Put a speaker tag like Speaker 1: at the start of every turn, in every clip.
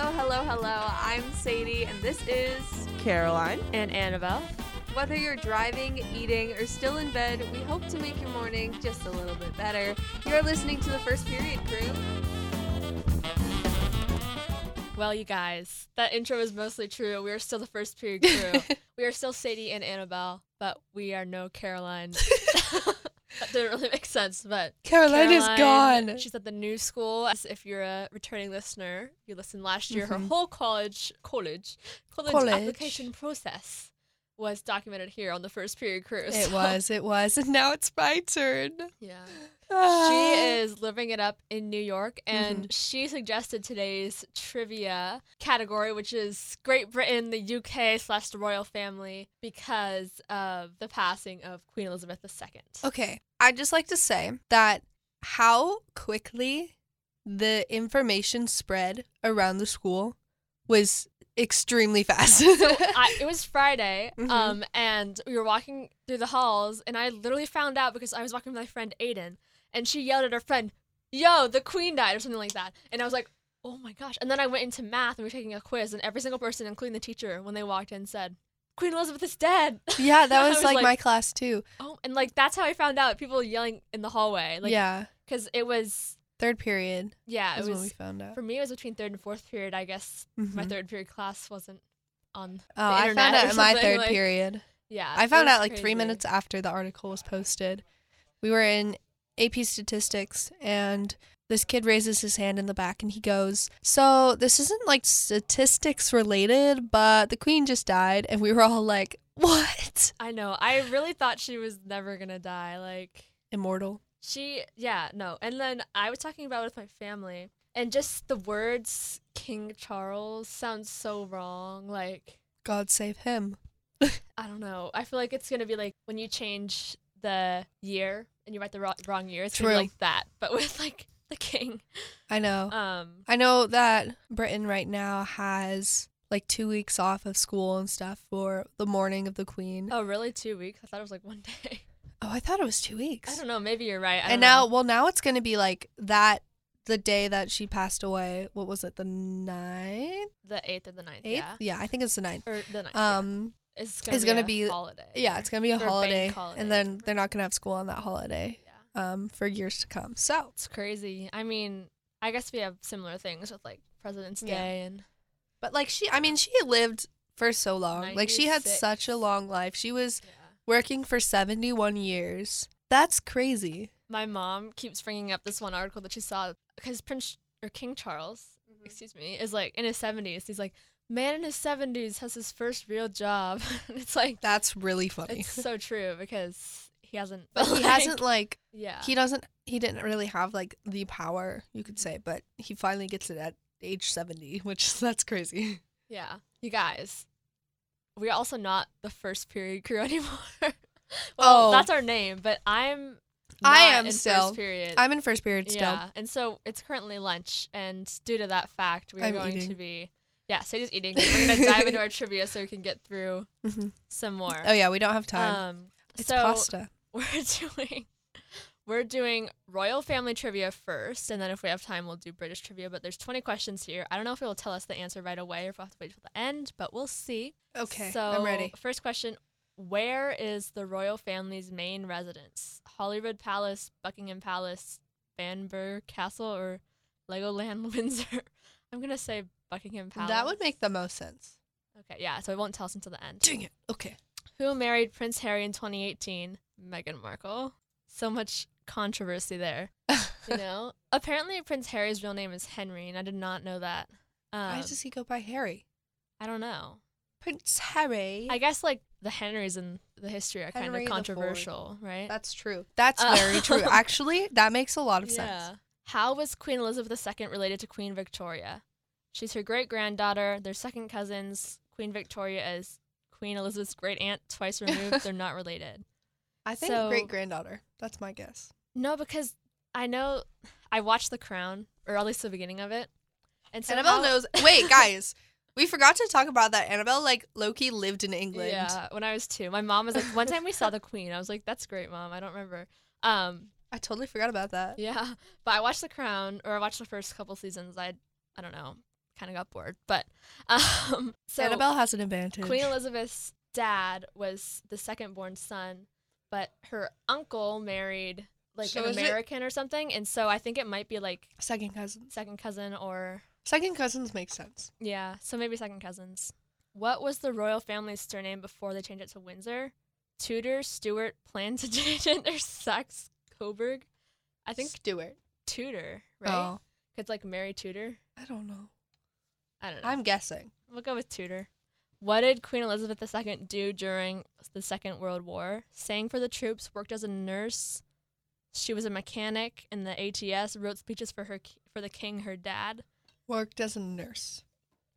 Speaker 1: hello. I'm Sadie, and this is
Speaker 2: Caroline.
Speaker 3: and Annabelle.
Speaker 1: Whether you're driving, eating, or still in bed, we hope to make your morning just a little bit better. You're listening to the First Period Crew.
Speaker 3: Well, you guys, that intro is mostly true. We are still the first period crew. we are still Sadie and Annabelle, but we are no Caroline. that didn't really make sense, but
Speaker 4: Caroline, is
Speaker 3: Caroline,
Speaker 4: gone.
Speaker 3: She's at the new school. As if you're a returning listener, you listened last year. Her
Speaker 4: Mhm.
Speaker 3: whole college, college, college,
Speaker 4: College.
Speaker 3: application process was documented here on the first period crew.
Speaker 4: It
Speaker 3: so-
Speaker 4: was, it was, and now it's my turn.
Speaker 3: Yeah.
Speaker 4: Ah. Mm-hmm.
Speaker 3: She is living it up in New York, and she suggested today's trivia category, which is Great Britain, the UK slash the royal family, because of the passing of Queen Elizabeth II.
Speaker 4: Okay, I'd just like to say that how quickly the information spread around the school was extremely fast.
Speaker 3: I, it was Friday,
Speaker 4: Mhm.
Speaker 3: um, and we were walking through the halls, and I literally found out because I was walking with my friend Aiden, and she yelled at her friend, "Yo, the queen died," or something like that, and I was like, "Oh my gosh!" And then I went into math, and we were taking a quiz, and every single person, including the teacher, when they walked in, said, "Queen Elizabeth is dead."
Speaker 4: yeah,
Speaker 3: I
Speaker 4: that was
Speaker 3: was
Speaker 4: like,
Speaker 3: like-
Speaker 4: my class too.
Speaker 3: oh, and like that's how I found out. People yelling in the hallway, like,
Speaker 4: yeah,
Speaker 3: because it was,
Speaker 4: third period
Speaker 3: yeah,
Speaker 4: is
Speaker 3: it
Speaker 4: when we
Speaker 3: was.
Speaker 4: found out.
Speaker 3: For me, it was between third and fourth period. I guess
Speaker 4: Mhm.
Speaker 3: my third period class wasn't on.
Speaker 4: oh, I
Speaker 3: internet
Speaker 4: found
Speaker 3: or
Speaker 4: out in my
Speaker 3: something,
Speaker 4: third
Speaker 3: like-
Speaker 4: period.
Speaker 3: Yeah,
Speaker 4: I
Speaker 3: it
Speaker 4: found
Speaker 3: was
Speaker 4: out like three
Speaker 3: crazy.
Speaker 4: minutes after the article was posted. We were in AP statistics, and this kid raises his hand in the back and he goes, So this isn't like statistics related, but the queen just died. And we were all like, What?
Speaker 3: I know. I really thought she was never gonna die. Like
Speaker 4: Immortal.
Speaker 3: she, yeah, no. And then I was talking about it with my family, and just the words King Charles sounds so wrong. Like
Speaker 4: God save him.
Speaker 3: I don't know. I feel like it's gonna be like when you change the year and you write the wrong, wrong year. It's gonna be
Speaker 4: True. Oh.
Speaker 3: like that, but with like the king.
Speaker 4: I know.
Speaker 3: Um,
Speaker 4: I know that Britain right now has like two weeks off of school and stuff for the morning of the queen. Oh,
Speaker 3: oh really? Two weeks? I thought it was like one day.
Speaker 4: I thought it was two weeks.
Speaker 3: I don't know. Maybe you're right. I
Speaker 4: and
Speaker 3: don't
Speaker 4: now,
Speaker 3: know.
Speaker 4: well, now it's going to be like that the day that she passed away. What was it? The ninth?
Speaker 3: the eighth or the ninth.
Speaker 4: Eighth?
Speaker 3: Yeah.
Speaker 4: Yeah, I think it's the ninth.
Speaker 3: Or the ninth. yeah.
Speaker 4: Um,
Speaker 3: It's gonna
Speaker 4: it's
Speaker 3: be
Speaker 4: gonna
Speaker 3: a
Speaker 4: be-
Speaker 3: holiday.
Speaker 4: yeah, it's going to be a
Speaker 3: For bank
Speaker 4: holiday,
Speaker 3: holiday.
Speaker 4: and then they're not going to have school on that holiday
Speaker 3: yeah.
Speaker 4: um, for years to come. So,
Speaker 3: It's crazy. I mean, I guess we have similar things with like President's
Speaker 4: Yeah.
Speaker 3: Day and
Speaker 4: but like she, I mean, she lived for so long. Like she had
Speaker 3: 96.
Speaker 4: such a long life. She was
Speaker 3: yeah.
Speaker 4: working for 71 years. That's crazy.
Speaker 3: My mom keeps bringing up this one article that she saw because Prince or King Charles,
Speaker 4: Mm-hmm.
Speaker 3: excuse me, is like in his seventies. He's like, man in his seventies has his first real job. and it's like
Speaker 4: That's really funny.
Speaker 3: it's so true because he hasn't.
Speaker 4: But he
Speaker 3: like,
Speaker 4: hasn't like
Speaker 3: Yeah.
Speaker 4: he doesn't he didn't really have like the power you could say but he finally gets it at age 70 which that's crazy
Speaker 3: yeah. You guys, we're also not the first period crew anymore. well,
Speaker 4: Oh.
Speaker 3: that's our name, but I'm.
Speaker 4: I
Speaker 3: not
Speaker 4: am
Speaker 3: in first
Speaker 4: still-
Speaker 3: period.
Speaker 4: i'm in first period still
Speaker 3: Yeah, and so it's currently lunch, and due to that fact, we are
Speaker 4: I'm
Speaker 3: going to
Speaker 4: eating.
Speaker 3: be yeah, Sadie's eating. We're gonna dive into our trivia so we can get through
Speaker 4: Mhm.
Speaker 3: some more.
Speaker 4: oh yeah we don't have time
Speaker 3: Um,
Speaker 4: it's
Speaker 3: so
Speaker 4: pasta
Speaker 3: we're doing we're doing royal family trivia first, and then if we have time, we'll do British trivia. But there's 20 questions here. I don't know if it'll tell us the answer right away, or if we'll have to wait till the end, but we'll see.
Speaker 4: okay
Speaker 3: so
Speaker 4: i'm ready
Speaker 3: First question. Where is the royal family's main residence? Holyrood Palace, Buckingham Palace, Banbury Castle, or Legoland Windsor? I'm gonna say Buckingham Palace.
Speaker 4: that would make the most sense
Speaker 3: Okay, yeah. So it won't tell us until the end.
Speaker 4: dang it okay
Speaker 3: Who married Prince Harry in 2018? Meghan Markle. So much controversy there. You know. Apparently, Prince Harry's real name is Henry, and I did not know that. Um,
Speaker 4: why does he go by harry
Speaker 3: I don't know.
Speaker 4: prince harry
Speaker 3: I guess like the Henrys in the history are kind
Speaker 4: Henry
Speaker 3: of
Speaker 4: the Fourth.
Speaker 3: controversial, right?
Speaker 4: that's true that's
Speaker 3: Uh,
Speaker 4: very true actually that makes a lot of sense
Speaker 3: How was Queen Elizabeth II related to Queen Victoria? She's her great granddaughter. They're second cousins. Queen Victoria is Queen Elizabeth's great aunt, twice removed. They're not related.
Speaker 4: i think
Speaker 3: So-
Speaker 4: great granddaughter that's my guess
Speaker 3: No, because I know I watched The Crown, or at least the beginning of it. And so
Speaker 4: annabelle knows wait guys we forgot to talk about that annabelle like loki lived in england
Speaker 3: Yeah, when I was two, my mom was like, one time we saw the Queen. I was like, that's great, mom. I don't remember. Um,
Speaker 4: I totally forgot about that.
Speaker 3: Yeah, but I watched The Crown, or I watched the first couple seasons. I I don't know kind of got bored. But um, so
Speaker 4: Annabelle has an advantage.
Speaker 3: Queen Elizabeth's dad was the second born son, but her uncle married like
Speaker 4: So
Speaker 3: an
Speaker 4: is it-
Speaker 3: American or something, and so I think it might be like
Speaker 4: Second cousins.
Speaker 3: second cousin or
Speaker 4: Second cousins makes sense.
Speaker 3: yeah, so maybe second cousins. What was the royal family's surname before they changed it to Windsor? Tudor, Stuart, Plantagenet, or Saxe Coburg? I think
Speaker 4: Stuart.
Speaker 3: Tudor, right?
Speaker 4: Oh,
Speaker 3: Could like Mary Tudor.
Speaker 4: I don't know.
Speaker 3: I don't know.
Speaker 4: I'm guessing.
Speaker 3: We'll go with Tudor. What did Queen Elizabeth II do during the Second World War? Sang for the troops, worked as a nurse. She was a mechanic in the ATS. Wrote speeches for her for the king, her dad.
Speaker 4: Worked as a nurse.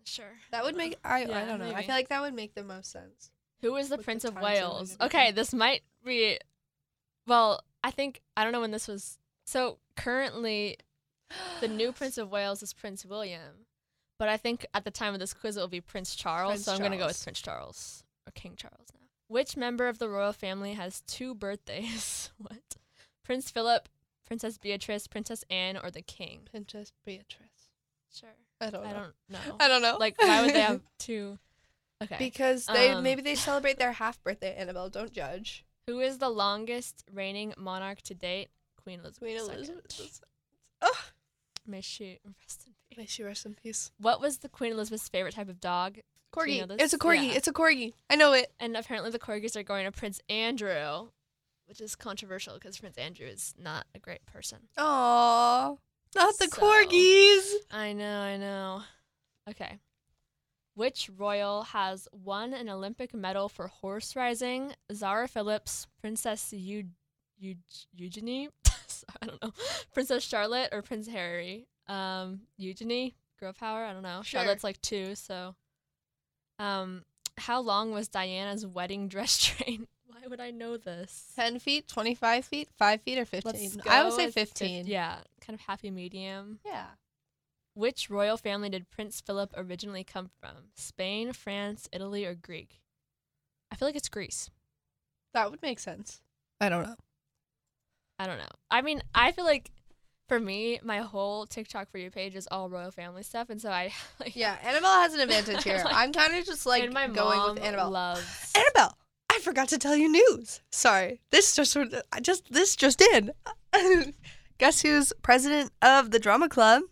Speaker 3: Sure.
Speaker 4: That would make I I
Speaker 3: Yeah,
Speaker 4: don't know. I
Speaker 3: maybe.
Speaker 4: feel like that would make the most sense.
Speaker 3: Who is the
Speaker 4: With the
Speaker 3: Prince of
Speaker 4: times and
Speaker 3: Wales?
Speaker 4: everything.
Speaker 3: Okay, this might be. Well, I think I don't know when this was. So currently, the new Prince of Wales is Prince William, but I think at the time of this quiz it will be Prince Charles.
Speaker 4: Prince
Speaker 3: so I'm going to go
Speaker 4: Charles.
Speaker 3: with Prince Charles or King Charles now. Which member of the royal family has two birthdays? what? Prince Philip, Princess Beatrice, Princess Anne, or the King?
Speaker 4: Princess Beatrice.
Speaker 3: Sure.
Speaker 4: I don't know.
Speaker 3: I don't know.
Speaker 4: I don't know.
Speaker 3: like, why would they have two? Okay.
Speaker 4: because they
Speaker 3: Um,
Speaker 4: maybe they celebrate their half birthday. Annabelle, don't judge.
Speaker 3: Who is the longest reigning monarch to date? Queen Elizabeth.
Speaker 4: Queen
Speaker 3: II.
Speaker 4: Elizabeth. Oh,
Speaker 3: May she rest in peace.
Speaker 4: may she rest in peace.
Speaker 3: What was the Queen Elizabeth's favorite type of dog?
Speaker 4: Corgi.
Speaker 3: know this?
Speaker 4: it's a corgi.
Speaker 3: Yeah.
Speaker 4: It's a corgi. I know it.
Speaker 3: And apparently the corgis are going to Prince Andrew, which is controversial because Prince Andrew is not a great person.
Speaker 4: Aww. Not the
Speaker 3: So-
Speaker 4: corgis.
Speaker 3: I know, I know. Okay. Which royal has won an Olympic medal for horse riding? Zara Phillips, Princess Eu- Eu- Eugenie, I don't know, Princess Charlotte, or Prince Harry? Um, Eugenie, girl power. I don't know.
Speaker 4: Sure.
Speaker 3: Charlotte's like two, so. Um, how long was Diana's wedding dress train? Why would I know this?
Speaker 4: 10 feet, 25 feet, 5 feet, or 15? I would
Speaker 3: go
Speaker 4: say
Speaker 3: with fif-
Speaker 4: 15.
Speaker 3: yeah, kind of happy medium.
Speaker 4: Yeah.
Speaker 3: Which royal family did Prince Philip originally come from? Spain, France, Italy, or Greek? I feel like it's Greece.
Speaker 4: That would make sense. I don't know.
Speaker 3: I don't know. I mean, I feel like for me, my whole TikTok for you page is all royal family stuff, and so I like
Speaker 4: Yeah, Annabelle has an advantage here.
Speaker 3: Like-
Speaker 4: I'm kind of just like
Speaker 3: and my
Speaker 4: going
Speaker 3: mom
Speaker 4: with Annabelle.
Speaker 3: loves.
Speaker 4: Annabelle, I forgot to tell you news. Sorry. This just sort- I just this just in. Guess who's president of the drama club?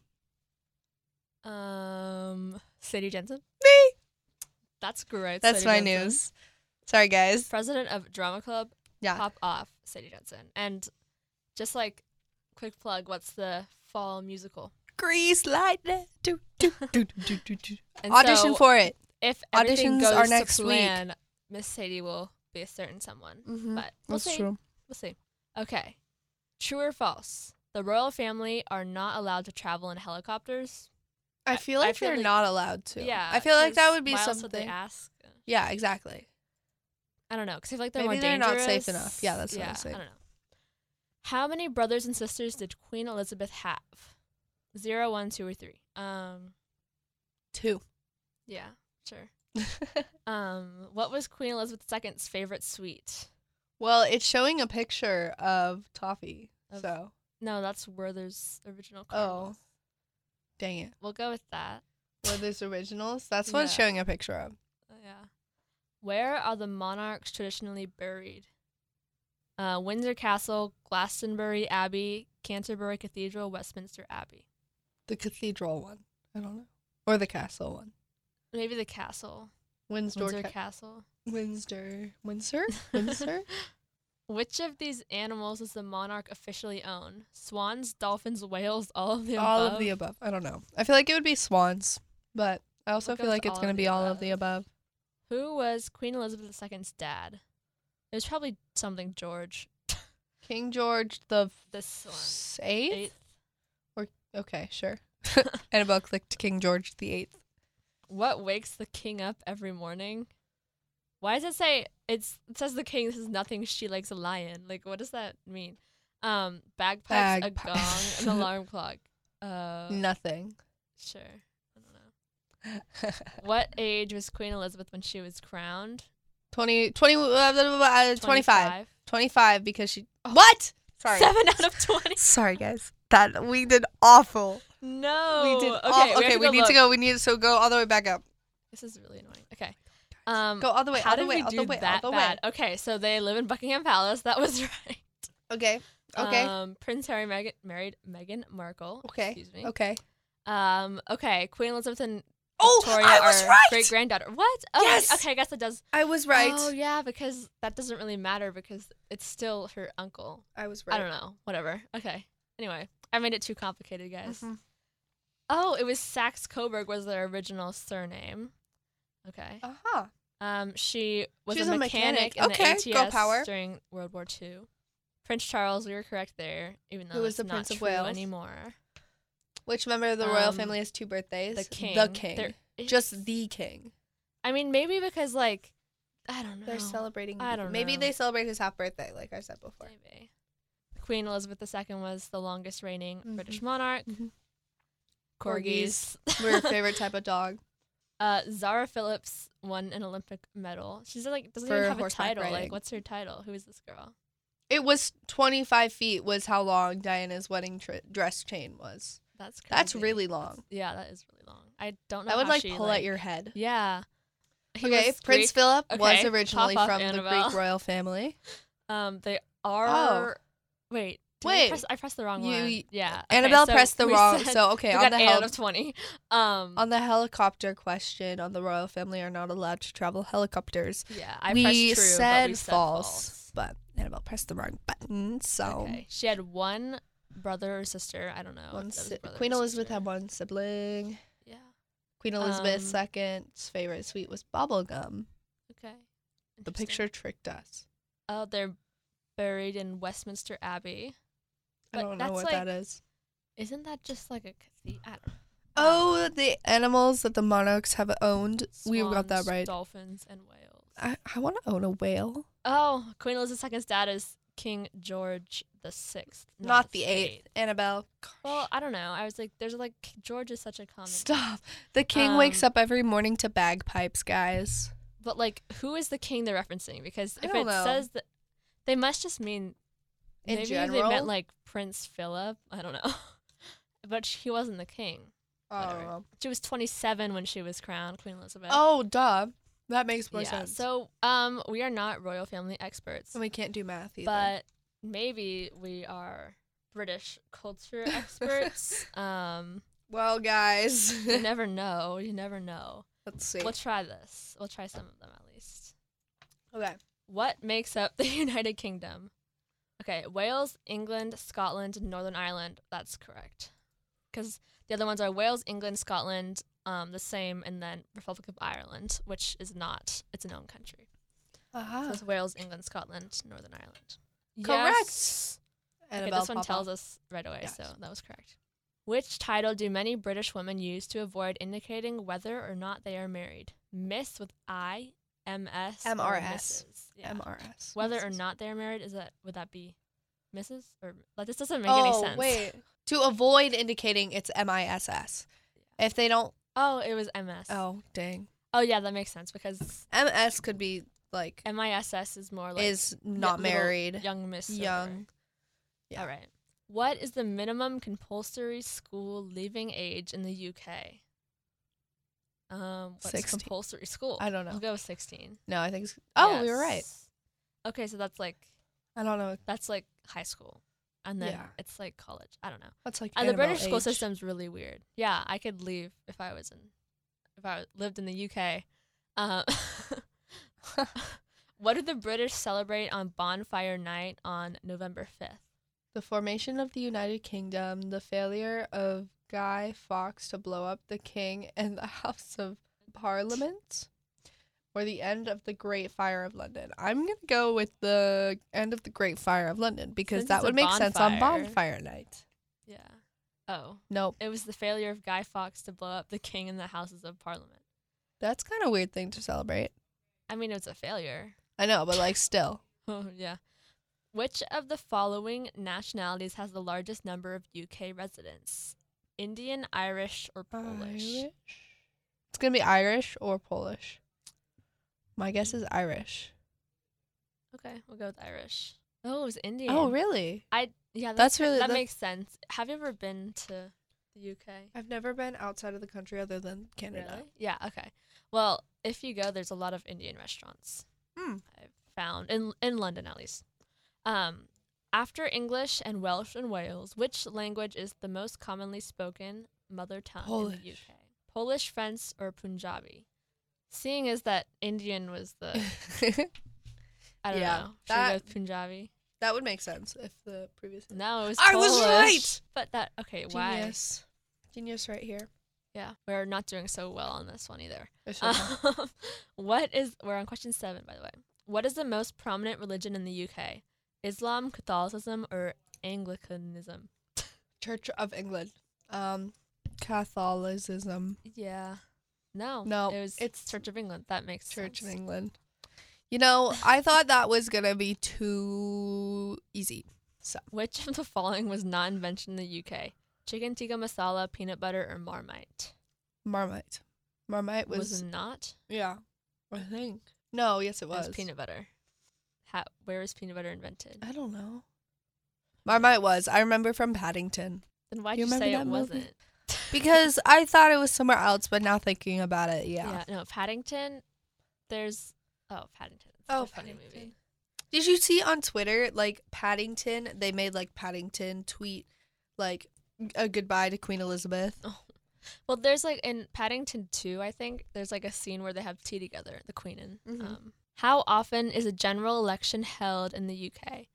Speaker 3: um, Sadie Jensen.
Speaker 4: Me.
Speaker 3: That's great.
Speaker 4: That's
Speaker 3: Sadie
Speaker 4: my
Speaker 3: Jensen.
Speaker 4: news. Sorry guys.
Speaker 3: President of Drama Club.
Speaker 4: Yeah.
Speaker 3: Pop off, Sadie Jensen, and just like quick plug, what's the fall musical?
Speaker 4: Grease lightning. Do, do, do, do, do, do.
Speaker 3: And
Speaker 4: Audition
Speaker 3: so-
Speaker 4: for it.
Speaker 3: if everything
Speaker 4: Auditions
Speaker 3: goes
Speaker 4: are next
Speaker 3: to
Speaker 4: week.
Speaker 3: plan, Miss Sadie will be a certain someone.
Speaker 4: Mhm.
Speaker 3: But we'll see. We'll see. Okay. True or false? The royal family are not allowed to travel in helicopters.
Speaker 4: I feel
Speaker 3: I
Speaker 4: like
Speaker 3: feel
Speaker 4: they're
Speaker 3: like-
Speaker 4: not allowed to.
Speaker 3: Yeah.
Speaker 4: I feel like that
Speaker 3: 'cause
Speaker 4: would be
Speaker 3: why else
Speaker 4: something.
Speaker 3: would they ask?
Speaker 4: Yeah, exactly.
Speaker 3: I don't know. Because I feel like they're
Speaker 4: Maybe
Speaker 3: more
Speaker 4: they're not
Speaker 3: dangerous.
Speaker 4: safe enough. Yeah, that's what I'm
Speaker 3: yeah,
Speaker 4: saying.
Speaker 3: I don't know. How many brothers and sisters did Queen Elizabeth have? Zero, one, two, or three. Um.
Speaker 4: Two.
Speaker 3: Yeah. Sure. Um. What was Queen Elizabeth II's favorite sweet?
Speaker 4: well, it's showing a picture of Toffee.
Speaker 3: Of-
Speaker 4: so,
Speaker 3: No, that's Werther's original.
Speaker 4: Oh.
Speaker 3: Caramels.
Speaker 4: dang it.
Speaker 3: We'll go with that.
Speaker 4: Were those originals? That's what it's
Speaker 3: Yeah.
Speaker 4: showing a picture of.
Speaker 3: yeah. Where are the monarchs traditionally buried? Uh, Windsor Castle, Glastonbury Abbey, Canterbury Cathedral, Westminster Abbey.
Speaker 4: The cathedral one. I don't know. Or the castle one.
Speaker 3: Maybe the castle.
Speaker 4: Windsor.
Speaker 3: Windsor
Speaker 4: Ca-
Speaker 3: Castle.
Speaker 4: Windsor. Windsor? Windsor?
Speaker 3: Which of these animals does the monarch officially own? Swans, dolphins, whales, all of the
Speaker 4: all
Speaker 3: above.
Speaker 4: of the above. I don't know. I feel like it would be swans, but I also
Speaker 3: We'll go
Speaker 4: feel
Speaker 3: with
Speaker 4: like
Speaker 3: all
Speaker 4: it's
Speaker 3: of
Speaker 4: going to
Speaker 3: the
Speaker 4: be all of the above.
Speaker 3: Who was Queen Elizabeth II's dad? It was probably something George.
Speaker 4: King George the
Speaker 3: This one.
Speaker 4: f- eighth?
Speaker 3: Eighth.
Speaker 4: Okay, sure. Annabelle clicked King George the Eighth.
Speaker 3: What wakes the king up every morning? Why does it say it's it says the king says nothing she likes a lion? Like what does that mean? Um bagpipes,
Speaker 4: Bagpi-
Speaker 3: a gong, an alarm clock. Uh
Speaker 4: Nothing.
Speaker 3: sure. I don't know. What age was Queen Elizabeth when she was crowned?
Speaker 4: 20, 20 uh, blah, blah, blah, uh, 25.
Speaker 3: 25?
Speaker 4: 25
Speaker 3: Oh,
Speaker 4: because she. What? Sorry.
Speaker 3: Seven out of twenty.
Speaker 4: Sorry, guys. That we did awful.
Speaker 3: No.
Speaker 1: We did
Speaker 3: Oh, Okay,
Speaker 4: All-
Speaker 3: we, have
Speaker 4: okay, we need
Speaker 3: look.
Speaker 4: to go. We need so go all the way back up.
Speaker 3: This is really annoying. Okay. Um,
Speaker 4: Go all the way.
Speaker 3: how
Speaker 4: all the
Speaker 3: did
Speaker 4: way.
Speaker 3: we
Speaker 4: all
Speaker 3: do
Speaker 4: the way.
Speaker 3: that
Speaker 4: all the way.
Speaker 3: bad? Okay, so they live in Buckingham Palace. That was right.
Speaker 4: Okay. Okay.
Speaker 3: Um, Prince Harry Meg- married Meghan Markle.
Speaker 4: Okay.
Speaker 3: Excuse me.
Speaker 4: okay.
Speaker 3: Um, okay, Queen Elizabeth and
Speaker 4: Oh,
Speaker 3: Victoria
Speaker 4: I was
Speaker 3: are
Speaker 4: right!
Speaker 3: great granddaughter. What? Oh,
Speaker 4: Yes!
Speaker 3: Okay, I guess that does.
Speaker 4: I was right.
Speaker 3: Oh, yeah, because that doesn't really matter because it's still her uncle.
Speaker 4: I was right.
Speaker 3: I don't know. Whatever. Okay. Anyway, I made it too complicated, guys.
Speaker 4: Mhm.
Speaker 3: Oh, it was Saxe Coburg was their original surname. Okay.
Speaker 4: Uh-huh.
Speaker 3: Um, she was
Speaker 4: She's
Speaker 3: a
Speaker 4: a
Speaker 3: mechanic,
Speaker 4: mechanic.
Speaker 3: in
Speaker 4: Okay,
Speaker 3: the
Speaker 4: girl
Speaker 3: ATS
Speaker 4: power.
Speaker 3: during World War II. Prince Charles, we were correct there, even though
Speaker 4: Who was
Speaker 3: that's not
Speaker 4: the Prince of
Speaker 3: true
Speaker 4: Wales?
Speaker 3: anymore.
Speaker 4: Which member of the royal
Speaker 3: Um,
Speaker 4: family has two birthdays?
Speaker 3: The king.
Speaker 4: The king.
Speaker 3: There is-
Speaker 4: Just the king.
Speaker 3: I mean, maybe because like, I don't know.
Speaker 4: They're celebrating.
Speaker 3: I don't
Speaker 4: Maybe
Speaker 3: know.
Speaker 4: they celebrate his half birthday, like I said before.
Speaker 3: Maybe. Queen Elizabeth II was the longest reigning
Speaker 4: Mm-hmm.
Speaker 3: British monarch.
Speaker 4: Mhm.
Speaker 3: Corgis.
Speaker 4: We're your favorite type of dog.
Speaker 3: Uh, Zara Phillips won an Olympic medal. She's like doesn't
Speaker 4: For
Speaker 3: even have a
Speaker 4: horseback
Speaker 3: title.
Speaker 4: riding.
Speaker 3: Like, what's her title? Who is this girl?
Speaker 4: It was 25 feet was how long Diana's wedding tr- dress chain was.
Speaker 3: That's crazy.
Speaker 4: That's really long.
Speaker 3: yeah. That is really long. I don't know.
Speaker 4: That would
Speaker 3: how
Speaker 4: like
Speaker 3: she,
Speaker 4: pull
Speaker 3: like,
Speaker 4: at your head.
Speaker 3: Yeah. He
Speaker 4: okay,
Speaker 3: was
Speaker 4: Prince Philip was
Speaker 3: Okay,
Speaker 4: originally
Speaker 3: pop off,
Speaker 4: from the
Speaker 3: Annabelle.
Speaker 4: Greek royal family.
Speaker 3: Greek. Um, they are. Wait. did I
Speaker 4: Oh. Wait.
Speaker 3: press- I pressed the wrong
Speaker 4: You-
Speaker 3: one. Yeah. okay,
Speaker 4: Annabelle
Speaker 3: so
Speaker 4: pressed the
Speaker 3: we
Speaker 4: wrong.
Speaker 3: said-
Speaker 4: so okay,
Speaker 3: we
Speaker 4: on
Speaker 3: got
Speaker 4: the
Speaker 3: eight
Speaker 4: hel-
Speaker 3: out of twenty. Um.
Speaker 4: on the helicopter question, on the royal family are not allowed to travel helicopters.
Speaker 3: yeah. I
Speaker 4: we,
Speaker 3: pressed true,
Speaker 4: said
Speaker 3: but we said
Speaker 4: false, but Annabelle pressed the wrong button. So
Speaker 3: Okay. She had one brother or sister. I don't know. if
Speaker 4: one
Speaker 3: that was
Speaker 4: si-
Speaker 3: brother or
Speaker 4: Queen Elizabeth
Speaker 3: sister.
Speaker 4: had one sibling.
Speaker 3: Yeah.
Speaker 4: Queen Elizabeth
Speaker 3: Um,
Speaker 4: II's favorite sweet was bubblegum.
Speaker 3: Okay.
Speaker 4: The
Speaker 3: Interesting.
Speaker 4: picture tricked us.
Speaker 3: Oh, they're buried in Westminster Abbey.
Speaker 4: I
Speaker 3: But
Speaker 4: don't know
Speaker 3: that's
Speaker 4: what
Speaker 3: like-
Speaker 4: that is.
Speaker 3: Isn't that just like a cathedral?
Speaker 4: Oh, the animals that the monarchs have owned. we got that right.
Speaker 3: Um, Dolphins and whales.
Speaker 4: I, I want to own a whale.
Speaker 3: Oh, Queen Elizabeth II's dad is King George the Sixth,
Speaker 4: Not the eighth. Annabelle. Gosh.
Speaker 3: Well, I don't know. I was like, there's like K- George is such a common,
Speaker 4: Stop. The king wakes
Speaker 3: Um,
Speaker 4: up every morning to bagpipes, guys.
Speaker 3: but like, who is the king they're referencing? Because
Speaker 4: I
Speaker 3: if
Speaker 4: don't
Speaker 3: it
Speaker 4: know.
Speaker 3: says that, they must just mean
Speaker 4: In
Speaker 3: maybe
Speaker 4: general?
Speaker 3: they meant like Prince Philip. I don't know, but sh- he wasn't the king. whatever.
Speaker 4: Oh,
Speaker 3: She was 27 when she was crowned Queen Elizabeth.
Speaker 4: oh, duh. That makes more
Speaker 3: yeah.
Speaker 4: sense.
Speaker 3: So, um, we are not royal family experts,
Speaker 4: and we can't do math either.
Speaker 3: but maybe we are British culture experts. um,
Speaker 4: well, guys,
Speaker 3: you never know. You never know.
Speaker 4: let's see.
Speaker 3: We'll try this. We'll try some of them at least.
Speaker 4: Okay.
Speaker 3: What makes up the United Kingdom? Okay, Wales, England, Scotland, and Northern Ireland. That's correct. Because the other ones are Wales, England, Scotland, um, the same, and then Republic of Ireland, which is not its own country. So
Speaker 4: Uh-huh.
Speaker 3: it's Wales, England, Scotland, Northern Ireland.
Speaker 4: Correct.
Speaker 3: Yes. Okay,
Speaker 4: Annabelle
Speaker 3: this one
Speaker 4: Papa.
Speaker 3: tells us right away,
Speaker 4: Yes.
Speaker 3: so that was correct. Which title do many British women use to avoid indicating whether or not they are married? Miss with I, MS, or
Speaker 4: MRS.
Speaker 3: Mrs. Yeah.
Speaker 4: MRS.
Speaker 3: Whether or not they are married is that would that be Mrs. or like this doesn't make
Speaker 4: oh,
Speaker 3: any sense.
Speaker 4: wait. To avoid indicating it's MISS. If they don't.
Speaker 3: Oh, it was MS.
Speaker 4: Oh, dang.
Speaker 3: Oh, yeah, that makes sense because
Speaker 4: MS could be like,
Speaker 3: MISS is more like
Speaker 4: is not
Speaker 3: little
Speaker 4: married.
Speaker 3: young miss or
Speaker 4: Young.
Speaker 3: whatever.
Speaker 4: Yeah.
Speaker 3: All right. What is the minimum compulsory school leaving age in the UK? Um, what's
Speaker 4: 16.
Speaker 3: compulsory school?
Speaker 4: I don't know.
Speaker 3: I'll go with sixteen.
Speaker 4: No, I think. It's, oh, we were right.
Speaker 3: Yes. Okay, so that's like
Speaker 4: I don't know.
Speaker 3: that's like high school, and then
Speaker 4: Yeah.
Speaker 3: it's like college. I don't know.
Speaker 4: That's like.
Speaker 3: And the
Speaker 4: Annabelle
Speaker 3: British school
Speaker 4: age.
Speaker 3: system's really weird. Yeah, I could leave if I was in, if I lived in the UK. Um, what do the British celebrate on Bonfire Night on November fifth?
Speaker 4: The formation of the United Kingdom, the failure of Guy Fawkes to blow up the king and the House of Parliament, or the end of the Great Fire of London. I'm going to go with the end of the Great Fire of London because
Speaker 3: Since
Speaker 4: that
Speaker 3: it's a
Speaker 4: would make sense on
Speaker 3: bonfire.
Speaker 4: bonfire night.
Speaker 3: Yeah. Oh,
Speaker 4: Nope.
Speaker 3: it was the failure of Guy Fawkes to blow up the king in the Houses of Parliament.
Speaker 4: That's kind of weird thing to celebrate.
Speaker 3: I mean, it's a failure.
Speaker 4: I know, but like still.
Speaker 3: Oh, yeah. Which of the following nationalities has the largest number of UK residents? Indian, Irish, or Polish?
Speaker 4: Irish? It's going to be Irish or Polish. My guess is Irish.
Speaker 3: Okay, we'll go with Irish. Oh, it was Indian.
Speaker 4: Oh, really?
Speaker 3: I yeah. That's,
Speaker 4: That's
Speaker 3: really
Speaker 4: really-
Speaker 3: that
Speaker 4: that-
Speaker 3: makes sense. Have you ever been to the the UK.
Speaker 4: I've never been outside of the country other than Canada.
Speaker 3: Really? Yeah. Okay. Well, if you go, there's a lot of Indian restaurants.
Speaker 4: Hmm.
Speaker 3: I've found in in London at least. Um, after English and Welsh in Wales, which language is the most commonly spoken mother tongue in the
Speaker 4: Polish.
Speaker 3: UK? Polish, French, or Punjabi? Seeing as that Indian was the I don't
Speaker 4: Yeah,
Speaker 3: know. Should we go
Speaker 4: that-
Speaker 3: with Punjabi?
Speaker 4: that would make sense if the previous.
Speaker 3: No, it was
Speaker 4: I was
Speaker 3: Polish,
Speaker 4: right!
Speaker 3: But that okay, why?
Speaker 4: Genius. Genius right here.
Speaker 3: Yeah, we're not doing so well on this one either.
Speaker 4: It's okay.
Speaker 3: Um, what is we're on question seven by the way what is the most prominent religion in the uk islam catholicism or anglicanism
Speaker 4: Church of England. Um, Catholicism.
Speaker 3: yeah no
Speaker 4: No,
Speaker 3: it was it's
Speaker 4: it's
Speaker 3: church of england that makes
Speaker 4: Church of
Speaker 3: sense.
Speaker 4: England. You know, I thought that was gonna be too easy.
Speaker 3: which of the following was not invented in the uk chicken tikka masala peanut butter or marmite
Speaker 4: Marmite. Marmite was,
Speaker 3: was, not
Speaker 4: yeah, I think. No, yes, it
Speaker 3: it was
Speaker 4: was. Uh,
Speaker 3: peanut butter How, where was peanut butter invented
Speaker 4: I don't know. Marmite was. I remember from Paddington
Speaker 3: then why'd you,
Speaker 4: You remember
Speaker 3: say it
Speaker 4: that movie?
Speaker 3: wasn't
Speaker 4: because I thought it was somewhere else, but now thinking about it, yeah.
Speaker 3: no paddington there's oh paddington It's
Speaker 4: Oh,
Speaker 3: a funny
Speaker 4: Paddington.
Speaker 3: movie
Speaker 4: Did you see on Twitter like Paddington? They made like Paddington tweet like a goodbye to Queen Elizabeth.
Speaker 3: Well, there's like in Paddington 2, I think, there's like a scene where they have tea together, the Queen and.
Speaker 4: Mhm.
Speaker 3: Um, how often is a general election held in the UK?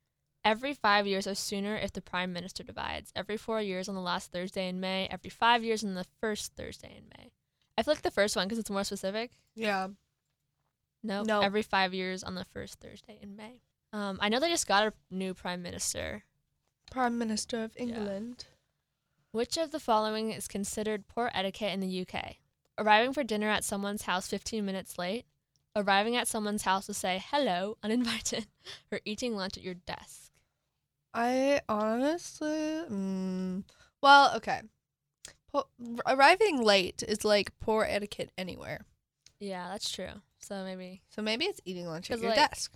Speaker 3: Every five years or sooner if the Prime Minister divides. Every four years on the last Thursday in May. Every five years on the first Thursday in May. I feel like the first one because it's more specific.
Speaker 4: Yeah.
Speaker 3: No,
Speaker 4: No.
Speaker 3: every five years on the first Thursday in May. Um, I know they just got a new Prime Minister.
Speaker 4: Prime Minister of
Speaker 3: England. Which of the following is considered poor etiquette in the UK? Arriving for dinner at someone's house 15 minutes late, arriving at someone's house to say hello uninvited, or eating lunch at your desk.
Speaker 4: I honestly, mm, well, okay. Po- arriving late is like poor etiquette anywhere.
Speaker 3: Yeah, that's true. So maybe,
Speaker 4: So maybe it's eating lunch at
Speaker 3: 'Cause,
Speaker 4: your
Speaker 3: like-
Speaker 4: desk.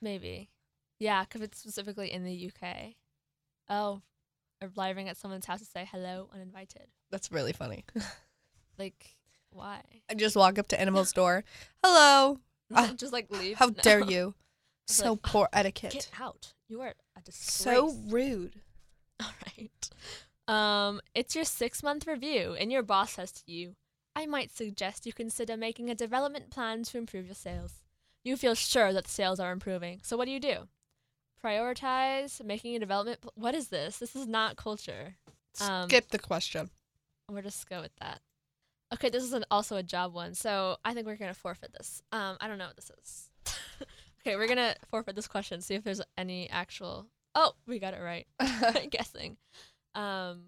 Speaker 3: maybe. Yeah, because it's specifically in the UK. Oh, arriving at someone's house to say hello uninvited.
Speaker 4: That's really funny.
Speaker 3: Like, why?
Speaker 4: I just walk up to animal's door. Hello. Ah,
Speaker 3: Just like leave.
Speaker 4: How
Speaker 3: No.
Speaker 4: dare you?
Speaker 3: It's
Speaker 4: So
Speaker 3: like, "Ah,
Speaker 4: poor etiquette.
Speaker 3: Get out. You are a disgrace.
Speaker 4: so rude.
Speaker 3: All right. Um, it's your six month review, and your boss says to you, I might suggest you consider making a development plan to improve your sales. You feel sure that sales are improving. So what do you do? Prioritize making a development. Pl- what is this? This is not culture. Um,
Speaker 4: Skip the question.
Speaker 3: We'll just go with that. Okay, this is an, also a job one, so I think we're gonna forfeit this. Um, I don't know what this is. okay, we're gonna forfeit this question. See if there's any actual. Oh, we got it right. I'm guessing. Um,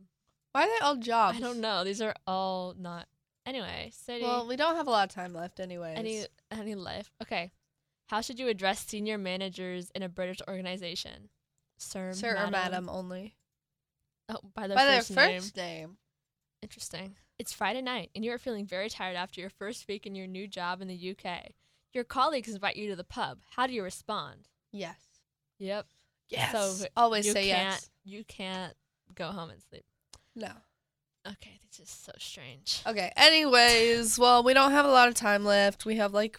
Speaker 4: Why are they all jobs?
Speaker 3: I don't know. These are all not. Anyway, city.
Speaker 4: Well, we don't have a lot of time left, anyways.
Speaker 3: any any life. Okay. How should you address senior managers in a British organization? Sir,
Speaker 4: Sir or madam only.
Speaker 3: Oh, by their
Speaker 4: By
Speaker 3: first
Speaker 4: their
Speaker 3: name.
Speaker 4: first name.
Speaker 3: Interesting. It's Friday night, and you are feeling very tired after your first week in your new job in the UK. Your colleagues invite you to the pub. How do you respond?
Speaker 4: Yes.
Speaker 3: Yep.
Speaker 4: Yes.
Speaker 3: So,
Speaker 4: Always
Speaker 3: you
Speaker 4: say
Speaker 3: can't.
Speaker 4: yes.
Speaker 3: You can't go home and sleep.
Speaker 4: No.
Speaker 3: Okay, this is so strange.
Speaker 4: Okay. Anyways, well, we don't have a lot of time left. We have like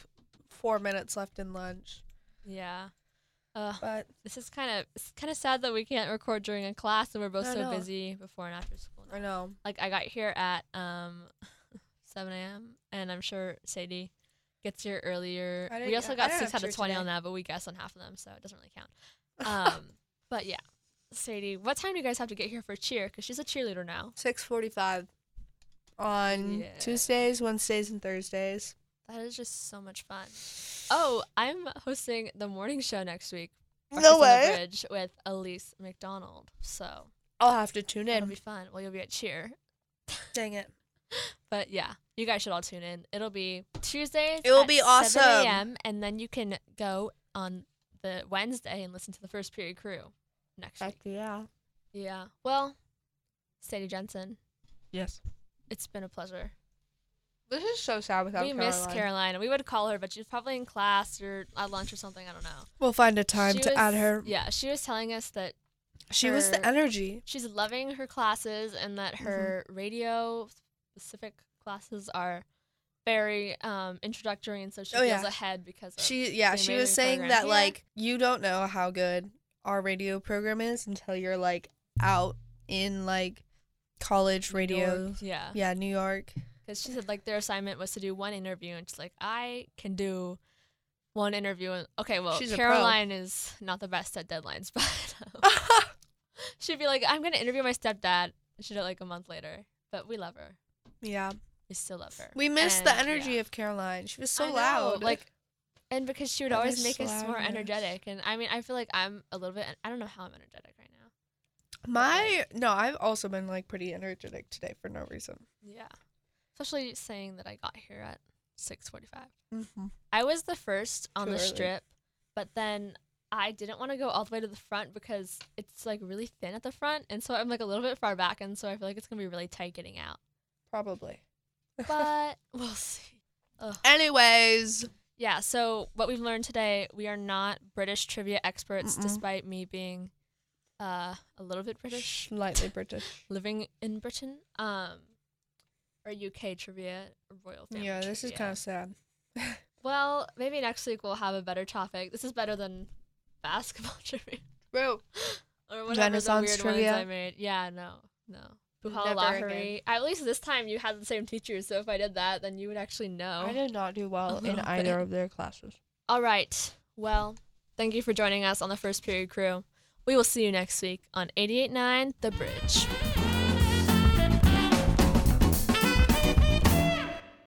Speaker 4: four minutes left in lunch.
Speaker 3: Yeah. Ugh.
Speaker 4: But
Speaker 3: this is kind of it's kind of sad that we can't record during a class and we're both
Speaker 4: I
Speaker 3: so
Speaker 4: know.
Speaker 3: busy before and after school.
Speaker 4: I know.
Speaker 3: Like I got here at um 7 a.m. and I'm sure Sadie gets here earlier.
Speaker 4: I
Speaker 3: We
Speaker 4: didn't-
Speaker 3: also
Speaker 4: I
Speaker 3: got
Speaker 4: don't have
Speaker 3: six out of
Speaker 4: church
Speaker 3: 20
Speaker 4: today.
Speaker 3: on that, but we guessed on half of them, so it doesn't really count. Um, but yeah, Sadie, what time do you guys have to get here for cheer? Because she's a cheerleader now.
Speaker 4: Six forty-five on
Speaker 3: Yeah.
Speaker 4: Tuesdays, Wednesdays, and Thursdays.
Speaker 3: That is just so much fun. Oh, I'm hosting the morning show next week. Breakfast
Speaker 4: No
Speaker 3: on the
Speaker 4: way.
Speaker 3: Bridge with Elise McDonald. So
Speaker 4: I'll have to tune
Speaker 3: it'll
Speaker 4: in.
Speaker 3: be fun. Well, you'll be at cheer.
Speaker 4: Oh, Dang it.
Speaker 3: But yeah, you guys should all tune in. It'll be Tuesdays.
Speaker 4: It will
Speaker 3: at
Speaker 4: be
Speaker 3: 7
Speaker 4: awesome.
Speaker 3: a.m. And then you can go on the Wednesday and listen to the first period crew next week.
Speaker 4: yeah.
Speaker 3: Yeah. Well, Sadie Jensen,
Speaker 4: Yes.
Speaker 3: it's been a pleasure.
Speaker 4: This is so sad without
Speaker 3: we miss Carolina. We would call her, but she's probably in class or at lunch or something. I don't know.
Speaker 4: We'll find a time
Speaker 3: She
Speaker 4: to add
Speaker 3: was-
Speaker 4: her.
Speaker 3: Yeah, she was telling us that
Speaker 4: She was the
Speaker 3: her-
Speaker 4: energy.
Speaker 3: she's loving her classes and that
Speaker 4: Mm-hmm.
Speaker 3: her radio specific classes are very um introductory and so she
Speaker 4: Oh,
Speaker 3: feels
Speaker 4: yeah.
Speaker 3: ahead because of,
Speaker 4: She yeah,
Speaker 3: the
Speaker 4: she was
Speaker 3: amazing
Speaker 4: saying
Speaker 3: program.
Speaker 4: that
Speaker 3: Yeah.
Speaker 4: like you don't know how good our radio program is until you're like out in like college
Speaker 3: New
Speaker 4: radio.
Speaker 3: York. yeah
Speaker 4: Yeah, New York.
Speaker 3: because she said like their assignment was to do one interview and she's like i can do one interview and okay well
Speaker 4: She's a pro.
Speaker 3: caroline is not the best at deadlines but um, she'd be like i'm gonna interview my stepdad and she did it like a month later but we love her
Speaker 4: yeah.
Speaker 3: we still love her
Speaker 4: We missed the
Speaker 3: And, yeah.
Speaker 4: energy of Caroline. She was so
Speaker 3: I know,
Speaker 4: loud.
Speaker 3: Like, and because she would
Speaker 4: That
Speaker 3: always
Speaker 4: is
Speaker 3: make us more
Speaker 4: loudness.
Speaker 3: energetic. And I mean, I feel like I'm a little bit. I don't know how I'm energetic right now.
Speaker 4: my no, I've also been like pretty energetic today for no reason.
Speaker 3: Yeah, especially saying that I got here at 6:45.
Speaker 4: Mm-hmm.
Speaker 3: I was the first on
Speaker 4: Too
Speaker 3: the
Speaker 4: early.
Speaker 3: strip, but then I didn't want to go all the way to the front because it's like really thin at the front, and so I'm like a little bit far back, and so I feel like it's gonna be really tight getting out.
Speaker 4: Probably.
Speaker 3: But we'll see. Ugh.
Speaker 4: Anyways,
Speaker 3: Yeah, so what we've learned today, we are not British trivia experts,
Speaker 4: Mm-mm.
Speaker 3: despite me being uh, a little bit British,
Speaker 4: slightly British.
Speaker 3: living in Britain, um, or UK trivia, or royal family.
Speaker 4: yeah, this is
Speaker 3: trivia.
Speaker 4: kind of sad.
Speaker 3: Well, maybe next week we'll have a better topic. This is better than basketball trivia
Speaker 4: Bro,
Speaker 3: or whatever
Speaker 4: Renaissance
Speaker 3: the weird
Speaker 4: trivia?
Speaker 3: ones I made. Yeah, no, no. Buhala
Speaker 4: Never
Speaker 3: Lahiri. At least this time you had the same teacher, so if I did that, then you would actually know.
Speaker 4: I Oh, did not do well in
Speaker 3: little
Speaker 4: either
Speaker 3: bit.
Speaker 4: of their classes.
Speaker 3: All right. Well, thank you for joining us on the First Period Crew. We will see you next week on 889 The Bridge.